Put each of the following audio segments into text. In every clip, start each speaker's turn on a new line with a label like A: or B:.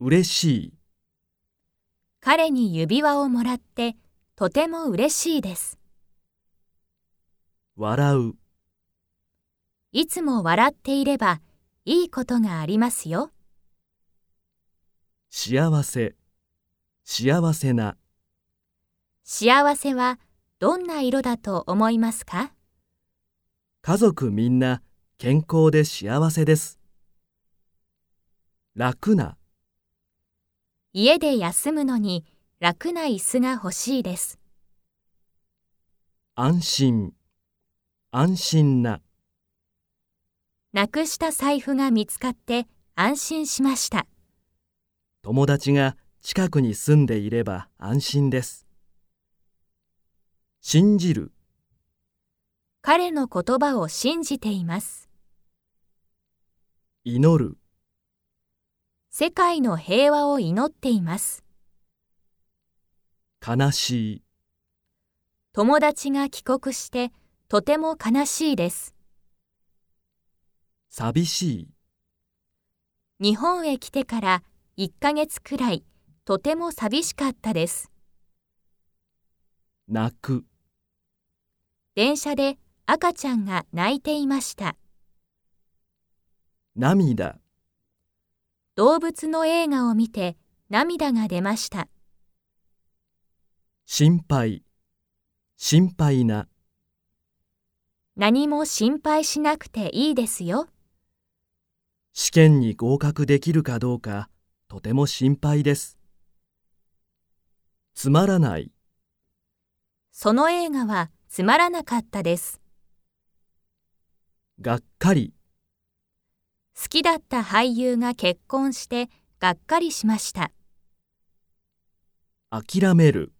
A: 嬉しい、
B: 彼に指輪をもらってとても嬉しいです。
A: 笑う、
B: いつも笑っていればいいことがありますよ。
A: 幸せ、幸せな、
B: 幸せはどんな色だと思いますか
A: 家族みんな健康で幸せです。楽な、
B: 家で休むのに楽な椅子が欲しいです。
A: 安心、安心な、
B: なくした財布が見つかって安心しました。
A: 友達が近くに住んでいれば安心です。信じる、
B: 彼の言葉を信じています。
A: 祈る、
B: 世界の平和を祈っています。
A: 悲しい、
B: 友達が帰国してとても悲しいです。
A: 寂しい、
B: 日本へ来てから1ヶ月くらいとても寂しかったです。
A: 泣く、
B: 電車で赤ちゃんが泣いていました。
A: 涙、
B: 動物の映画を見て涙が出ました。
A: 心配、心配な、
B: 何も心配しなくていいですよ。
A: 試験に合格できるかどうかとても心配です。つまらない、
B: その映画はつまらなかったです。
A: がっかり、
B: 好きだった俳優が結婚してがっかりしました。
A: 諦める、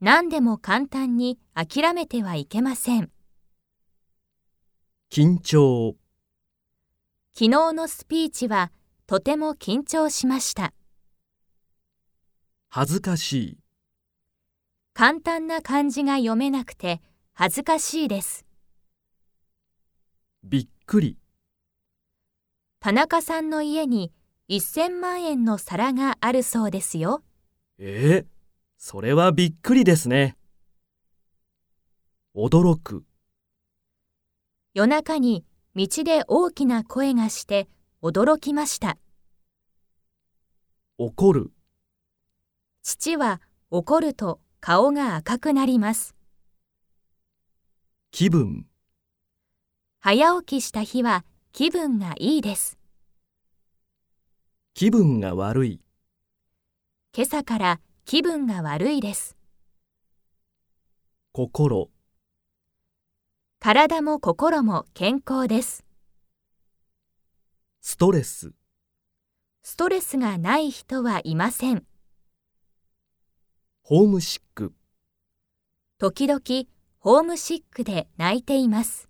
B: 何でも簡単に諦めてはいけません。
A: 緊張、
B: 昨日のスピーチはとても緊張しました。
A: 恥ずかしい、
B: 簡単な漢字が読めなくて恥ずかしいです。
A: びっくり、
B: 田中さんの家に1000万円の皿があるそうですよ。
A: ええそれはびっくりですね。驚く、
B: 夜中に道で大きな声がして驚きました。
A: 怒る、
B: 父は怒ると顔が赤くなります。
A: 気分、
B: 早起きした日は気分がいいです。
A: 気分が悪い、
B: 今朝から気分が悪いです。
A: 心、
B: 体も心も健康です。
A: ストレス、
B: ストレスがない人はいません。
A: ホームシック。
B: 時々ホームシックで泣いています。